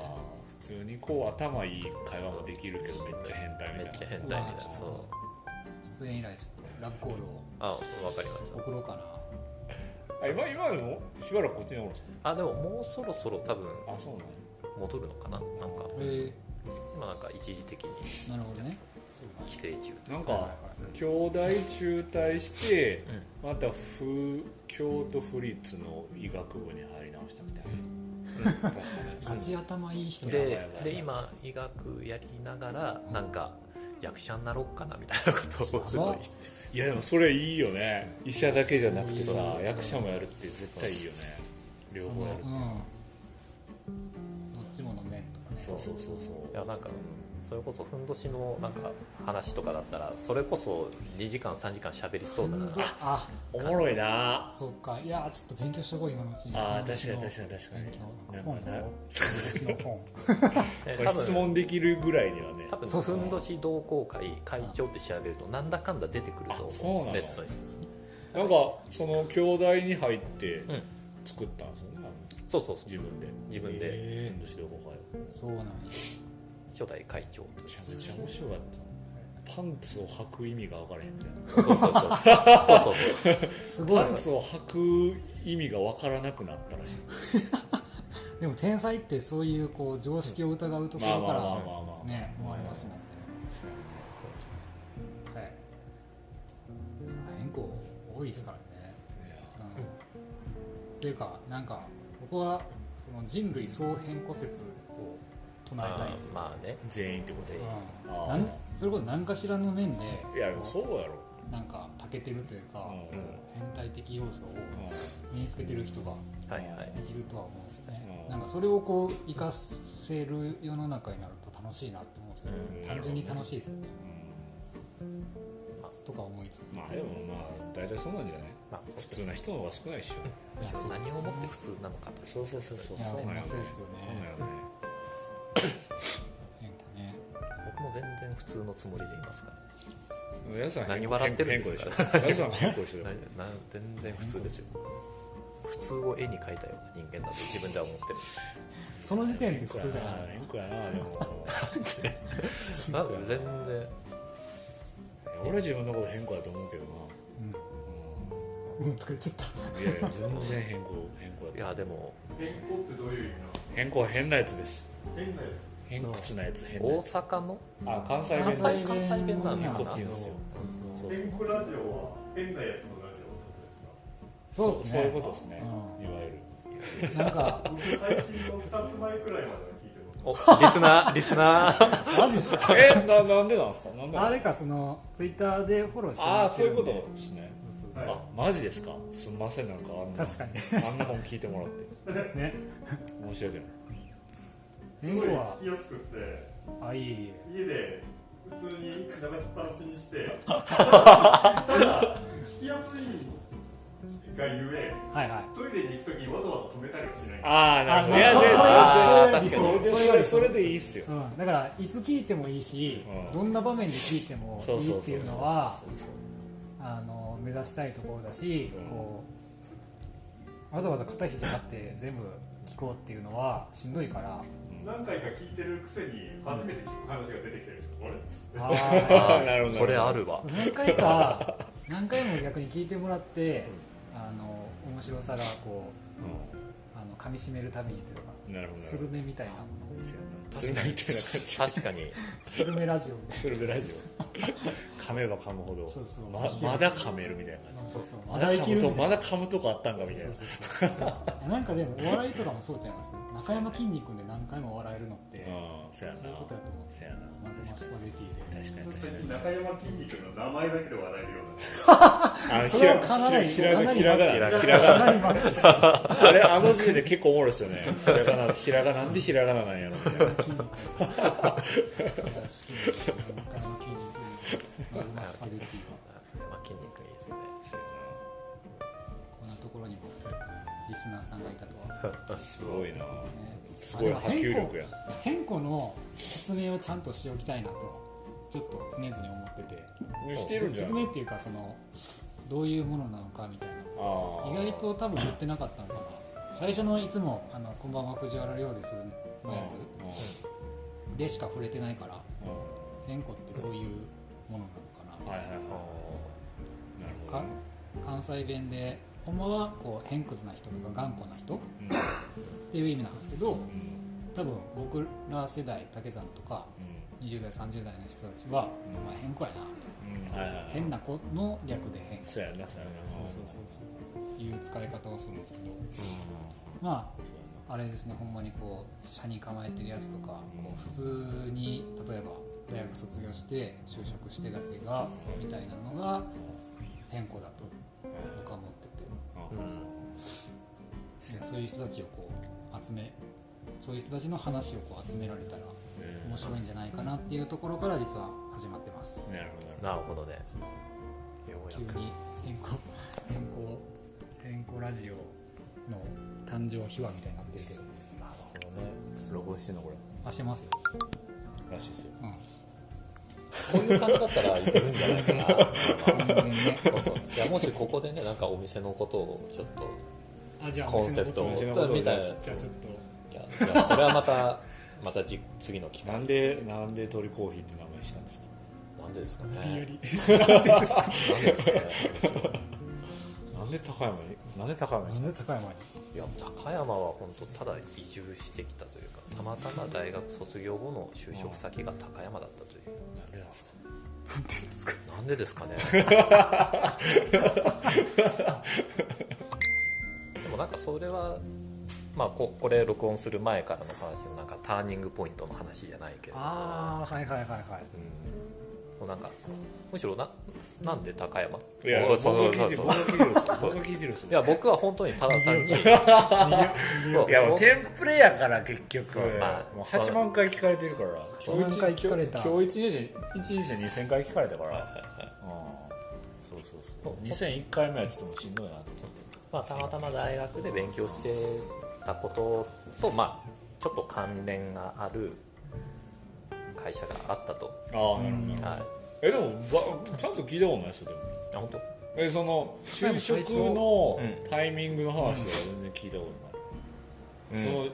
Speaker 3: 普通にこう頭いい会話もできるけどめっちゃ変態み
Speaker 4: め
Speaker 3: たい
Speaker 4: っ
Speaker 3: な
Speaker 4: ちゃ変態みたいなそう
Speaker 1: 出演以来ちょっとラブコールを
Speaker 4: あわかりました
Speaker 1: 送ろうかな
Speaker 3: あ今今でもしばらくこっちにおるんですか
Speaker 4: あでももうそろそろ多分
Speaker 3: あそうなの
Speaker 4: 戻るのかななんか
Speaker 1: え
Speaker 4: 今なんか一時的に
Speaker 1: ー、なるほどね
Speaker 4: 帰省中と
Speaker 3: なんか兄弟中退して、また不京都府立の医学部に入り直したみたいな、確か
Speaker 1: 勝ち頭いい人だ
Speaker 4: でで今医学やりながらなんか役者になろうかなみたいなことをずっと言って
Speaker 3: にいやでもそれいいよね医者だけじゃなくてさ役者もやるって絶対いいよね両
Speaker 1: そ
Speaker 3: 方
Speaker 1: の
Speaker 3: や
Speaker 1: う
Speaker 3: る
Speaker 1: んどっちも飲めんとかね
Speaker 3: そうそうそうそう
Speaker 4: いやなんかうんそれこそふんどしのなんか話とかだったらそれこそ2時間3時間喋りそうだな
Speaker 1: あ
Speaker 3: おもろいな
Speaker 1: そうかいやーちょっと勉強しとこう今のうちに
Speaker 3: あー確かに確かに確かに
Speaker 1: 勉強
Speaker 3: なん
Speaker 1: 本
Speaker 3: かな
Speaker 1: を私の 本
Speaker 4: え
Speaker 3: これ
Speaker 4: 多
Speaker 3: 質
Speaker 4: 分
Speaker 3: 問できるぐらいにはね
Speaker 4: 多分
Speaker 1: そう
Speaker 4: ふ
Speaker 1: そうん
Speaker 4: どし同好会会長って調べるとなんだかんだ出てくると
Speaker 3: あそうな
Speaker 4: 思
Speaker 3: の
Speaker 4: うネットに
Speaker 3: なんかその兄弟に入って
Speaker 4: ん
Speaker 3: 作ったんですよねあの
Speaker 4: そうそうそう
Speaker 3: 自分で
Speaker 4: 自分で
Speaker 3: ええ同好会を
Speaker 1: そうなんや
Speaker 4: 初代会長
Speaker 3: めちゃめちゃ面白かったパンツを履く意味が分からへんみたいな
Speaker 4: そうそう そうそうそうそう
Speaker 1: すごい
Speaker 3: パンツを履く意味が分からなくなったらしい
Speaker 1: でも天才ってそういうこう常識を疑うところ
Speaker 3: まあまあまあまあま
Speaker 1: か
Speaker 3: あ
Speaker 1: らねもありますもんねはい変更多いですからねうんっていうかなんか僕はその人類総変個説を唱えたいんですよ、
Speaker 4: まあね
Speaker 3: 全員ってこと
Speaker 4: 全員
Speaker 1: うん
Speaker 3: あー
Speaker 1: なんそれこそ何かしらの面で
Speaker 3: いやでもそうやろ
Speaker 1: なんか欠けてるというか、
Speaker 3: うん
Speaker 1: 変態的要素を
Speaker 3: う
Speaker 1: 身につけてる人が
Speaker 4: はいはい
Speaker 1: いるとは思うんですよね、
Speaker 3: うん
Speaker 1: なんかそれをこう活かせる世の中になると楽しいなって思うんですよね、
Speaker 3: うん
Speaker 1: 単純に楽しいですよね、
Speaker 3: ん
Speaker 1: とか思いつつ、
Speaker 3: まあでもまあ大体そうなんじゃない
Speaker 4: まあ
Speaker 3: 普通な人の方が少ないでしょ
Speaker 1: いやそう
Speaker 4: 何をもって普通なのかと
Speaker 3: そうそうそうそう
Speaker 1: いや
Speaker 3: そうなんよね
Speaker 1: そうですよね
Speaker 3: そうなんよね
Speaker 1: 変化ね
Speaker 4: 僕も全然普通のつもりでいますか
Speaker 3: 皆さん
Speaker 4: 何笑ってるんですか
Speaker 3: 変更でしょ皆さん変更でしょ
Speaker 4: ら、ね、なな全然普通ですよ普通を絵に描いたような人間だと自分では思ってる
Speaker 1: その時点で普通じゃない
Speaker 3: 変更やなでも
Speaker 4: なんで全然
Speaker 3: 俺は自分のこと変更だと思うけどな
Speaker 1: うん、うん、とか言っちゃった
Speaker 3: いやいや全然変更変更
Speaker 4: い
Speaker 3: だと
Speaker 4: やでも
Speaker 6: 変更ってどういう意味なの
Speaker 3: 変更は変なやつです
Speaker 6: 変なや
Speaker 3: 偏屈なやつ変な
Speaker 4: 大
Speaker 3: やつ
Speaker 4: 阪の
Speaker 3: あ関西弁
Speaker 4: 関
Speaker 3: で
Speaker 4: 西弁なんだ
Speaker 1: 関西弁の
Speaker 3: こって言うんですよ
Speaker 1: そうそう
Speaker 3: そう
Speaker 6: つ変更ラジオは変なやつのラジオってこ
Speaker 1: そうです
Speaker 3: そういう
Speaker 1: ね
Speaker 3: ことですねいわゆる
Speaker 1: なんか
Speaker 6: とですか僕最新の2つ前くらいまでは聞いてます
Speaker 4: おリスナー リスナー
Speaker 1: マジですか
Speaker 3: えななんでなんですかなんで
Speaker 1: あ
Speaker 3: なんで
Speaker 1: れかそのツイッターでフォローしても
Speaker 3: あ
Speaker 1: ら
Speaker 3: あ
Speaker 1: って
Speaker 3: そうい
Speaker 1: る
Speaker 3: うんこ
Speaker 1: で
Speaker 3: とですね
Speaker 1: そうそうそう
Speaker 6: はい
Speaker 3: あマジですかすんませんなんかあんな
Speaker 1: 確かに
Speaker 3: あんな本聞いてもらって
Speaker 1: ね
Speaker 3: 申し訳ない
Speaker 1: 変更は
Speaker 6: すごい聞きやすくって
Speaker 1: あいえいえ
Speaker 6: 家で普通に流しっぱなしにしてただ聞きやすいがゆえ
Speaker 1: はいはい
Speaker 6: トイレに行く時にわざわざ止めたりはしない
Speaker 3: ああなるほどい
Speaker 1: あ
Speaker 3: や
Speaker 1: ま
Speaker 3: で
Speaker 1: あ
Speaker 3: で
Speaker 1: それ
Speaker 3: で
Speaker 1: それより理想それ
Speaker 3: それ
Speaker 1: よ
Speaker 3: で
Speaker 1: り
Speaker 3: それでいいっすよ
Speaker 1: うん、だからいつ聞いてもいいし、
Speaker 3: うん
Speaker 1: どんな場面で聞いてもい
Speaker 3: そうそ
Speaker 1: いっ
Speaker 3: う
Speaker 1: て
Speaker 3: そう
Speaker 1: い
Speaker 3: そうう
Speaker 1: のは
Speaker 3: そうそう
Speaker 1: あの目指したいところだし、
Speaker 3: うん
Speaker 1: こうわざわざ肩肘張って全部聞こうっていうのはしんどいから
Speaker 3: うん
Speaker 6: 何回か聞いてるくせに初めて聞く話が出てきてる人、あれ
Speaker 1: あー
Speaker 4: あー
Speaker 3: なるほど
Speaker 4: それあるわ
Speaker 1: 何回か何回も逆に聞いてもらってあの面白さがこうあの噛み締めるためにというか
Speaker 3: うんなるほどな
Speaker 1: ス
Speaker 3: るほ
Speaker 1: ル
Speaker 3: ど
Speaker 1: メみたいな
Speaker 3: スルメみたいな感じ
Speaker 4: 確かに
Speaker 1: スルメラジオ
Speaker 3: スルメラジオ噛めば噛むほど
Speaker 1: そうそう
Speaker 3: ままだ噛めるみたいな感じ
Speaker 1: そうそう
Speaker 3: まだ噛むとま
Speaker 1: だ
Speaker 3: だ噛むとこあったんかみたい
Speaker 1: そ
Speaker 3: な
Speaker 1: うそうそうなんかでもお笑いとかもそうちゃいます中山きんに君で何回も笑えるのって
Speaker 3: うんそうやな
Speaker 1: そういうことだと思う
Speaker 3: そうやな
Speaker 1: マグマスパゲティで
Speaker 3: 確かに確か
Speaker 6: 最近中山筋肉の名前だけで笑えるよう
Speaker 3: にあ
Speaker 6: な
Speaker 3: の
Speaker 1: それはかなり
Speaker 3: ひらが
Speaker 1: かなり
Speaker 3: ひらが
Speaker 4: かなり
Speaker 3: ひらが
Speaker 1: 何マグマス
Speaker 3: あれあの時で結構おもろいですよねひらがなひらがなんでひらがななんやろみたいな
Speaker 1: パゲテ ィ好きなんですよ中山きんに君マグマスパゲティは
Speaker 4: まあ筋肉いいですね
Speaker 3: そうや
Speaker 1: こんなところにもリスナーさんがいたとは、
Speaker 3: なすごいな
Speaker 1: ね
Speaker 3: すごい
Speaker 1: あでも
Speaker 3: 波及力や
Speaker 1: 変更の説明をちゃんとしておきたいなとちょっと常々思ってて
Speaker 3: してるんじゃ
Speaker 1: 説
Speaker 3: ん
Speaker 1: 明っていうかそのどういうものなのかみたいな
Speaker 3: あ
Speaker 1: 意外と多分言ってなかったのかな最初のいつも「あのこんばんは藤原亮です」のやつでしか触れてないから変更ってどういうものなのかなみ
Speaker 3: はい
Speaker 1: たい
Speaker 3: はいはい
Speaker 1: な
Speaker 3: なるほど
Speaker 1: か
Speaker 3: ね
Speaker 1: 関西弁でほんまはこう偏屈な人とか頑固な人っ
Speaker 3: うん
Speaker 1: ていう意味なんですけど
Speaker 3: うん
Speaker 1: 多分僕ら世代竹さんとか20代30代の人たちは「お前変更やな」
Speaker 3: うんうんはいはいはい
Speaker 1: 変な子の略で変
Speaker 3: そうやなそうやな
Speaker 1: そうそうそうそういう使い方をするんですけどま
Speaker 3: うんそうやな
Speaker 1: ああれですねほんまにこう社に構えてるやつとかこう普通に例えば大学卒業して就職してだけがみたいなのが変更だと僕は思ってて
Speaker 3: うんそう
Speaker 1: でそういう人たちをこう集めそういう人たちの話をこう集められたら
Speaker 3: うん
Speaker 1: 面白いんじゃないかなっていうところから実は始まってます
Speaker 3: なるほどなるほど
Speaker 4: なるほどねよう
Speaker 1: 急
Speaker 4: や
Speaker 1: に
Speaker 4: く
Speaker 1: 変更変更変更ラジオの誕生秘話みたいになってるけど
Speaker 4: なるほどね
Speaker 3: 録音してんのこれ
Speaker 1: あしてますよ、
Speaker 3: らしいですよ
Speaker 1: うん、
Speaker 4: こういう感じだったらいけるんじゃないかな
Speaker 1: 完全にね
Speaker 4: そうそういやもしここでねなんかお店のことをちょっと
Speaker 1: あじゃあ
Speaker 4: コンセプトを
Speaker 1: 私のこ
Speaker 4: みたいな
Speaker 1: とじゃあちょっと
Speaker 4: いやいやそれはまたまたじ次の機会
Speaker 3: なんでなんで鳥コーヒーって名前にしたんですか
Speaker 4: なんでですかね
Speaker 1: 耳より
Speaker 4: なんでですかね
Speaker 3: なんで高山になんで高山に
Speaker 1: なんで高山に
Speaker 4: いや高山は本当ただ移住してきたというかたまたま大学卒業後の就職先が高山だったという
Speaker 3: なんでなんですか
Speaker 4: なんでですかね でもなんかそれはまあここれ録音する前からの話のなんかターニングポイントの話じゃないけれども
Speaker 1: ああはいはいはい はい
Speaker 4: うんもうなんかむしろななんで高山
Speaker 3: いや
Speaker 4: お
Speaker 3: 僕
Speaker 4: そう
Speaker 3: が
Speaker 4: そ
Speaker 3: 聞いうてる
Speaker 4: そう
Speaker 3: 僕が聞いてるっすよ僕が聞いてるっすよ
Speaker 4: いや僕は本当にただ 単に
Speaker 3: いやもうテンプレやから結局、
Speaker 4: まあ
Speaker 3: もう8万回聞かれてるから
Speaker 1: 8万回聞かれた
Speaker 3: 今日1日で1日で2000回聞かれたから、うんそうそうそう2001回目はちょっともうしんどいなと
Speaker 4: まあ、たまたま大学で勉強してたことと、まあ、ちょっと関連がある会社があったと、
Speaker 3: 思ってああなるほどなるほど
Speaker 4: はい、
Speaker 3: えでもばちゃんと聞いたことないですよでも
Speaker 4: あ本当
Speaker 3: えその就職の
Speaker 4: う
Speaker 3: タイミングの話では全然聞いたことない、その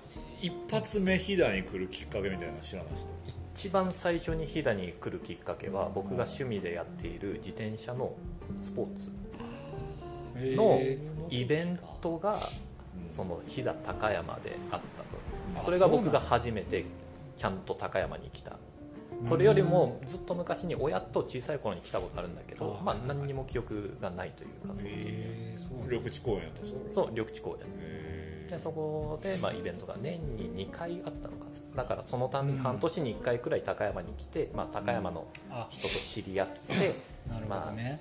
Speaker 3: 一発目飛騨に来るきっかけみたいなの知らないですよ
Speaker 4: 一番最初に飛騨に来るきっかけは僕が趣味でやっている自転車のスポーツのイベントがその飛騨高山であったとそれが僕が初めてちゃんと高山に来たそれよりもずっと昔に親と小さい頃に来たことあるんだけど、まあ、何にも記憶がないというかそう
Speaker 1: えーそう
Speaker 3: 緑地公園やったそう
Speaker 4: そう緑地公園
Speaker 3: へ
Speaker 4: でそこで、まあ、イベントが年に2回あったのかだからそのたん半年に1回くらい高山に来て、まあ、高山の
Speaker 1: あ
Speaker 4: 人と知り合って、
Speaker 1: なるほどね、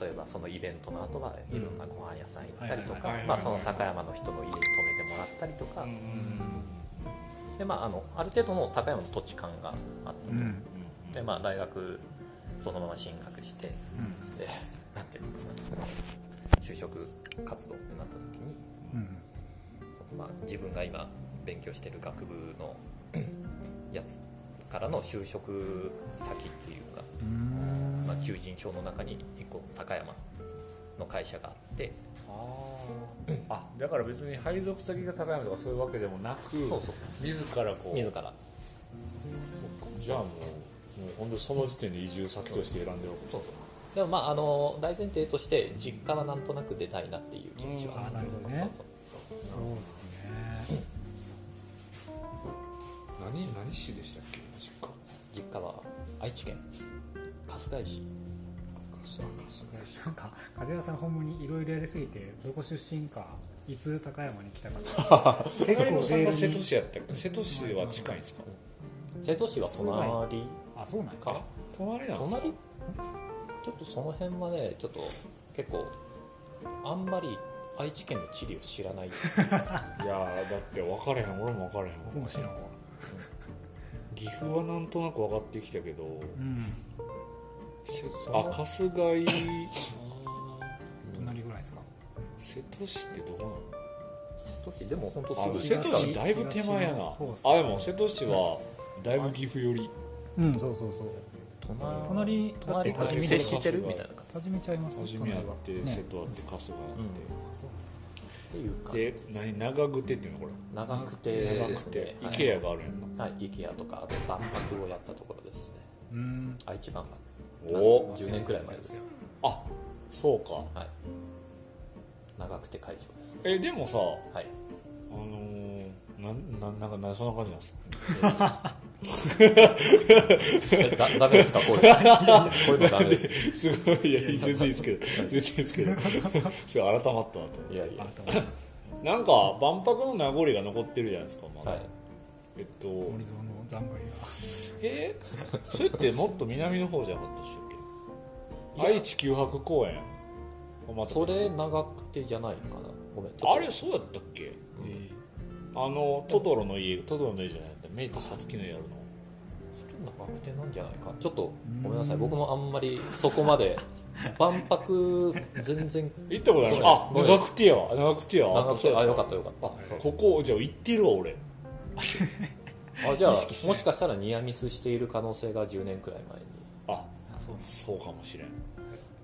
Speaker 4: 例えばそのイベントの後はいろんなご飯屋さん行ったりと
Speaker 1: はいはい
Speaker 4: か
Speaker 3: はいはい
Speaker 4: まあその高山の人の家に泊めてもらったりとか、でまあ、あのある程度の高山の土地感があったと、
Speaker 1: うん
Speaker 4: でまあ、大学そのまま進学して、
Speaker 1: う
Speaker 4: でなんていうのかなその就職活動ってなった時に
Speaker 1: うん
Speaker 4: そのまあ、自分が今勉強してる学部のやつからの就職先っていうか、
Speaker 1: うん
Speaker 4: まあ、求人票の中に1個高山の会社があって
Speaker 3: ああだから別に配属先が高山とかそういうわけでもなく
Speaker 4: そうそう
Speaker 3: 自らこう
Speaker 4: 自ら
Speaker 3: じゃあもうもう本当その時点で移住先として選んでおく
Speaker 4: そうそうでもまああの大前提として実家はなんとなく出たいなっていう気持ちは
Speaker 1: うんあーなるほどね
Speaker 4: そうそう
Speaker 1: そうですね
Speaker 3: 何何市でしたっけ実家
Speaker 4: 実家は愛知県春日井市
Speaker 1: なんか梶原さん本物にいろいろやりすぎてどこ出身かいつ高山に来たか 結構
Speaker 3: 隣のさんが
Speaker 1: レール
Speaker 3: 瀬
Speaker 1: に
Speaker 3: 戸市やったっけ瀬戸市は近いんですか
Speaker 4: 瀬戸市は隣
Speaker 1: あそうなん
Speaker 4: か
Speaker 3: 隣なんですか
Speaker 4: 隣ちょっとその辺はねちょっと結構あんまり愛知県の地理を知 らない
Speaker 3: いやーだって分からへん俺も分からへん
Speaker 1: 僕も知らんわ
Speaker 3: 岐阜はなんとなく分かってきたけど
Speaker 1: うん
Speaker 3: 瀬戸あ春日井
Speaker 1: 隣ぐらいですか
Speaker 3: 瀬戸市ってどこなの
Speaker 4: 瀬戸市でも本当
Speaker 3: あ
Speaker 4: す
Speaker 3: 瀬
Speaker 4: ぐ
Speaker 3: 戸市だいぶ手前やなあでも瀬戸市はだいぶ岐阜寄り
Speaker 1: うんそうそうそう隣だって多
Speaker 4: 隣
Speaker 1: 治
Speaker 4: 隣
Speaker 1: 見
Speaker 4: 接してるみたいな感
Speaker 1: 多治見ちゃいます
Speaker 3: 初めあって
Speaker 1: 隣は
Speaker 3: 瀬
Speaker 1: ね
Speaker 3: 戸あって春日あ
Speaker 4: じっていうか
Speaker 3: ってで何長久手っていうのこ
Speaker 4: 長くて
Speaker 3: れ長
Speaker 4: で
Speaker 3: く
Speaker 4: す
Speaker 3: て
Speaker 4: ね
Speaker 3: IKEA があるやんな
Speaker 4: はい、はい、IKEA とかあと万博をやったところですね
Speaker 1: うん
Speaker 4: 愛知万博
Speaker 3: お
Speaker 4: 10年くらい前ですよ
Speaker 3: あそうか
Speaker 4: はい長くて会場ですね
Speaker 3: えでもさ
Speaker 4: はい
Speaker 3: あのーなんなんなんかなんかそんな感じなんですか
Speaker 4: えだダメですかこういうの こういうのダメです
Speaker 3: すごいいや全然いいですけど全然いいですけど すごい改まったなと
Speaker 4: いやいや
Speaker 3: なんか万博の名残が残ってるじゃないですかまだ、
Speaker 4: はい
Speaker 3: えっと
Speaker 1: 森蔵の残骸が
Speaker 3: えー、それってもっと南の方じゃなかったっすっけ愛知九博公園また
Speaker 4: そ
Speaker 3: 別
Speaker 4: れ長くてじゃないかなごめんちょっと
Speaker 3: あれそうやったっけ、あのトトロの家トトロの家じゃないメイとサツキの家あるの
Speaker 4: 長くてなんじゃないかちょっとごめんなさい僕もあんまり そこまで万博全然
Speaker 3: 行ったことあるあ
Speaker 4: ごめん
Speaker 3: 長くてやわ長くてやわ
Speaker 4: 長くてあよかったよかったあそ
Speaker 3: こ
Speaker 4: う
Speaker 3: こじゃあ行ってるわ俺
Speaker 4: あじゃあもしかしたらニアミスしている可能性が10年くらい前に
Speaker 3: あ
Speaker 1: あそう
Speaker 3: そうかもしれん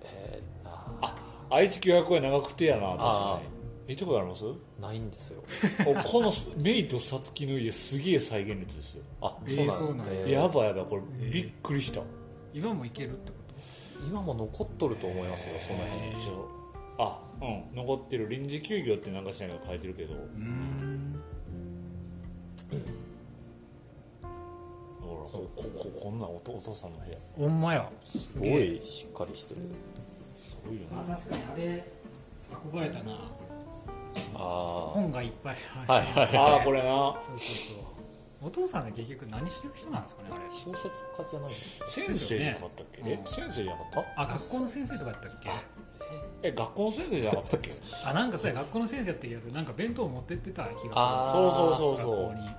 Speaker 4: えー、な
Speaker 3: 愛知九百公園長くてやな確
Speaker 4: あ
Speaker 3: かに行ったことあります
Speaker 4: ないんですよ
Speaker 3: おこのメイとサツキの家すげえ再現率ですよ、
Speaker 4: あ
Speaker 1: えーそうなんや
Speaker 4: えー
Speaker 3: やばいやばいこれ、びっくりした
Speaker 1: 今も行けるってこ
Speaker 4: 今も残っとると思いますよその辺
Speaker 3: 一応あうん残ってる臨時休業ってなんかしないから書いてるけどだか
Speaker 1: とうん
Speaker 3: らここここんなんお父お父さんの部屋
Speaker 1: ほんまや
Speaker 4: すごいしっかりしてる
Speaker 3: すごいよね
Speaker 1: あ確かにあれ憧れたな
Speaker 4: あ
Speaker 1: 本がいっぱいあ
Speaker 4: あは
Speaker 1: る
Speaker 4: いはい
Speaker 3: ああこれな
Speaker 1: そうそうそうお父さんが結局何してる人なんですかねあれ
Speaker 4: 小説家じゃない
Speaker 3: 先生じゃなかったっ
Speaker 1: で
Speaker 3: け、
Speaker 1: すよね
Speaker 3: え
Speaker 1: うん
Speaker 3: 先生じゃなかった
Speaker 1: あ学校の先生とかやったっけ
Speaker 3: え学校の先生じゃなかったっけ
Speaker 1: あなんかそうや学校の先生やった気がするなんか弁当持ってってた気がする
Speaker 4: あ
Speaker 3: そうそうそう
Speaker 1: 学
Speaker 3: そう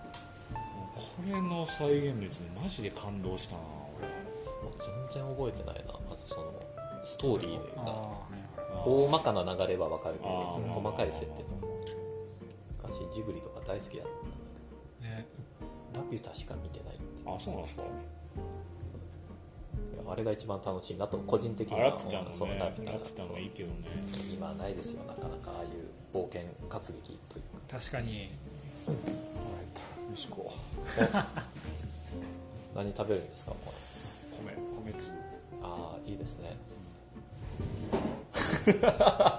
Speaker 1: 校
Speaker 3: こ
Speaker 1: に
Speaker 3: れの再現率にマジで感動したな俺
Speaker 4: もう全然覚えてないなまずそのストーリー
Speaker 1: あ
Speaker 4: が
Speaker 1: あはいはい
Speaker 3: あー
Speaker 4: 大まかな流れは分かるけど
Speaker 3: あー
Speaker 4: 細かい設定昔ジブリとか大好きだっ
Speaker 1: ね
Speaker 4: たラピュタしか見てないっていう
Speaker 3: あそうなんですか
Speaker 4: あれが一番楽しいなと個人的に
Speaker 3: あ
Speaker 4: は
Speaker 3: ラピュタも
Speaker 4: そう
Speaker 3: ね
Speaker 4: ラピュタ
Speaker 3: ラ
Speaker 4: が
Speaker 3: ピュタもいいけどね
Speaker 4: そう今はないですよなかなかああいう冒険活劇というか
Speaker 1: 確かに
Speaker 3: 飯食おう
Speaker 4: 何食べるんですかこれ
Speaker 3: 米米粒
Speaker 4: ああいいですね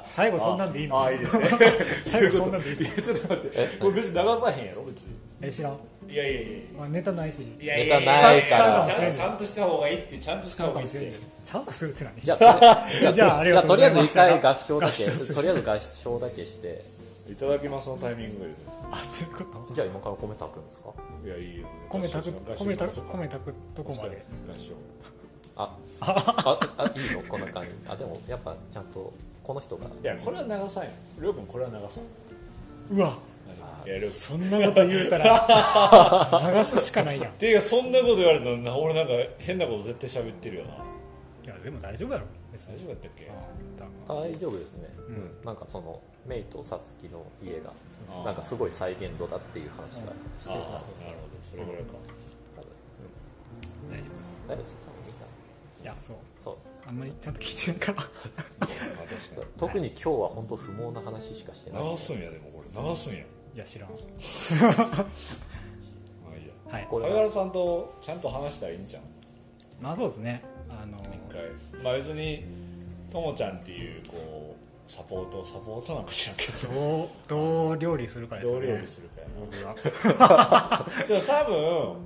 Speaker 1: 最後そんなんでいいの
Speaker 3: ああいいですね
Speaker 1: 最後そんなんでいいの
Speaker 3: ちょっと待って
Speaker 4: え
Speaker 3: これ別に流さへんやろ別に
Speaker 1: え知らん、
Speaker 3: いやいやいや
Speaker 1: まあ、ネタないし
Speaker 3: い
Speaker 4: やいやいやネタない
Speaker 1: 使
Speaker 4: から
Speaker 1: うかもしれん
Speaker 3: ちゃんとした方がいいってちゃんとし
Speaker 1: 使
Speaker 3: た
Speaker 1: う
Speaker 3: 方
Speaker 1: か
Speaker 3: がいい
Speaker 1: も
Speaker 3: っ
Speaker 1: しれん
Speaker 3: て
Speaker 1: けどちゃんとするって何
Speaker 4: じゃ あ
Speaker 1: じゃあありがとうご
Speaker 4: じ
Speaker 1: ざい
Speaker 4: ゃあとりあえ
Speaker 1: ま
Speaker 4: ず
Speaker 1: す
Speaker 4: 一回合唱だ
Speaker 1: 合唱す
Speaker 4: け
Speaker 1: る
Speaker 4: とりあえず合唱だけして
Speaker 3: いただきますのタイミング
Speaker 1: あそういうこと
Speaker 4: じゃあ今から米炊くんですか
Speaker 3: でいやいいよ
Speaker 1: 米炊く米炊く
Speaker 3: 米
Speaker 1: 米炊くとこまで
Speaker 3: 合唱
Speaker 4: あああいいのこんな感じあでもやっぱちゃんとこの人が
Speaker 3: いやこれは流さんよりょうくんこれは流さん
Speaker 1: うわ
Speaker 3: いやりょうくん
Speaker 1: そんなこと言うたら流すしかないやん
Speaker 3: ていうかそんなこと言われたらな俺なんか変なこと絶対喋ってるよない
Speaker 1: やでも大丈夫やろ別
Speaker 3: 大
Speaker 1: に
Speaker 3: 丈夫だったっけ
Speaker 4: 大丈夫ですね、
Speaker 1: うん
Speaker 4: うんなんかそのメイとサツキの家が
Speaker 3: あー
Speaker 4: なんかすごい再現度だっていう話がし
Speaker 3: あ
Speaker 4: てた
Speaker 3: あ
Speaker 4: ん
Speaker 3: な
Speaker 4: です
Speaker 3: るほどそれぐらいか
Speaker 4: 多分
Speaker 1: 大丈夫です
Speaker 4: 大丈夫です多分見た
Speaker 3: い
Speaker 1: いやそう
Speaker 4: そう
Speaker 1: あんまりちゃんと聞いてないから
Speaker 3: 確か
Speaker 4: 特に今日は本当不毛な話しかしてない
Speaker 3: に流すんやでもこれ流すんや
Speaker 1: いや知らん
Speaker 3: まあいいや
Speaker 1: はい
Speaker 4: これ
Speaker 3: 貝
Speaker 4: は
Speaker 3: 原さんとちゃんと話したらいいんじゃん
Speaker 1: まあそうですねあの
Speaker 3: 一回まあ別にともちゃんっていうこうサポートサポートなんかしなきゃ
Speaker 1: どうどう料理するかです
Speaker 3: ど
Speaker 1: よ
Speaker 3: う
Speaker 1: ね
Speaker 3: 料理するかやな
Speaker 1: 僕は
Speaker 3: でも多分
Speaker 4: はい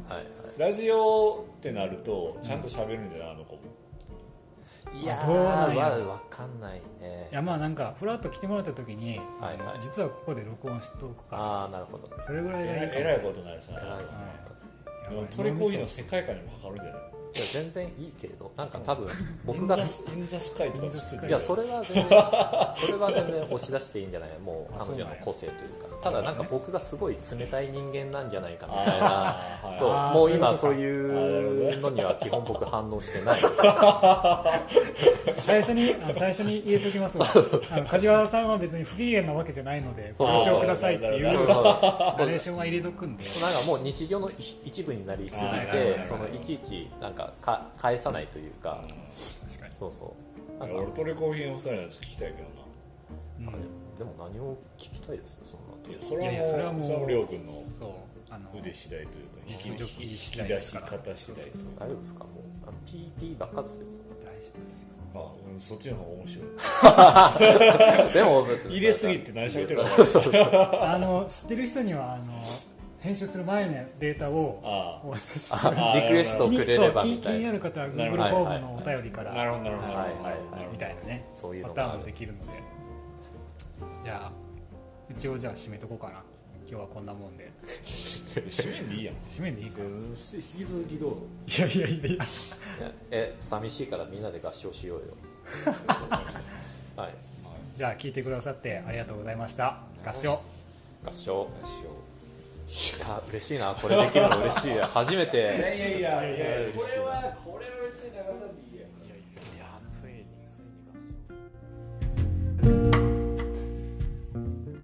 Speaker 3: ラジオってなるとちゃんと喋るんだよなあの子も
Speaker 4: はいいや
Speaker 1: どうなん
Speaker 4: ー
Speaker 1: や
Speaker 4: わわかんないね
Speaker 1: いやまあなんかふらっと来てもらった時に、
Speaker 4: はいはい
Speaker 1: あの実はここで録音しとくか
Speaker 4: ああなるほど
Speaker 1: それぐらい
Speaker 3: え
Speaker 1: がいい
Speaker 3: ら
Speaker 1: か
Speaker 3: い
Speaker 1: も
Speaker 3: えらいことになるさ
Speaker 4: 偉い
Speaker 1: は
Speaker 3: で
Speaker 1: いや
Speaker 3: も
Speaker 1: ばい
Speaker 3: トリコーヒーの世界観にもかかるんじゃない
Speaker 4: いや全然いいけれどなんか多分
Speaker 3: イン
Speaker 4: 僕
Speaker 3: ザ
Speaker 4: が
Speaker 3: スインザスカイとかつつ
Speaker 4: いやそ
Speaker 3: れ
Speaker 4: れは全然それは全然押し出していいんじゃないもう彼女の個性というかただなんか僕がすごい冷たい人間なんじゃないかみたいなそ
Speaker 3: そうう
Speaker 1: あー
Speaker 4: もう今
Speaker 1: そ
Speaker 4: そうう
Speaker 3: い
Speaker 4: いうのには基本僕反応してない
Speaker 1: 最初にあの最初に言えておきます があの梶原さんは別に不機嫌なわけじゃないので
Speaker 4: そ
Speaker 1: ご
Speaker 4: う
Speaker 1: 了承くださいっていう
Speaker 3: そう
Speaker 1: ナ
Speaker 4: そう
Speaker 1: レーションは入れとくんで
Speaker 4: なんかもう日常の一一部になりすぎ
Speaker 3: あーなるほどなるほ
Speaker 4: て
Speaker 3: ど
Speaker 4: そのいちいちなんかか返さないというか
Speaker 1: 確かに
Speaker 4: そうそうなんか
Speaker 3: 俺トリコーヒーの二人のやつ聞きたいけどな
Speaker 4: あでも何を聞きたいですそんなと
Speaker 3: いやそれは
Speaker 1: い
Speaker 3: もう
Speaker 1: やいやそれはもう
Speaker 3: それはもうりょう君の
Speaker 1: そうあの
Speaker 3: 腕次第というか引き
Speaker 1: 腕
Speaker 3: 引き引き出し方次第というか
Speaker 4: 大丈夫ですかもうあ PT ばっかですよ
Speaker 3: まあうんそっちの方が面白い
Speaker 4: でも
Speaker 3: 入れすぎて何喋ってるか分かんない
Speaker 1: あの知ってる人にはあの編集する前のデータを
Speaker 3: あ
Speaker 1: お渡しする
Speaker 3: あ
Speaker 4: リクエスト
Speaker 1: 気
Speaker 4: を
Speaker 1: に
Speaker 4: くれ
Speaker 1: そ
Speaker 4: れ
Speaker 1: う
Speaker 4: ば
Speaker 1: 気に
Speaker 4: み
Speaker 1: 気
Speaker 4: たい
Speaker 1: にな
Speaker 4: な
Speaker 1: る方は Google フ
Speaker 4: なる
Speaker 1: ォ
Speaker 4: ほど
Speaker 1: ームのお便りか
Speaker 3: あ
Speaker 1: ら
Speaker 3: なるほどなるほどなるほど
Speaker 4: はいはいはい
Speaker 3: なるほ
Speaker 1: み
Speaker 3: ど
Speaker 1: たいなね
Speaker 4: そういう
Speaker 1: パ
Speaker 4: の
Speaker 1: タ
Speaker 4: があ
Speaker 1: ーンも
Speaker 4: る
Speaker 1: できるのでじゃあ一応じゃあ締めとこうかな今日はこんなもんで
Speaker 3: 締めんでいいやん
Speaker 1: 締めでいいか
Speaker 3: 引き続きどうぞ
Speaker 1: いやいやいやいや
Speaker 4: え寂しいからみんなで合唱しよ うよはい
Speaker 1: じゃあ聞いてくださってありがとうございました合唱
Speaker 4: 合唱いや嬉しいなこれできるの嬉しい初めて
Speaker 2: いやいやいや
Speaker 4: い
Speaker 2: こ
Speaker 4: や
Speaker 2: れはこれは別に長さんでいい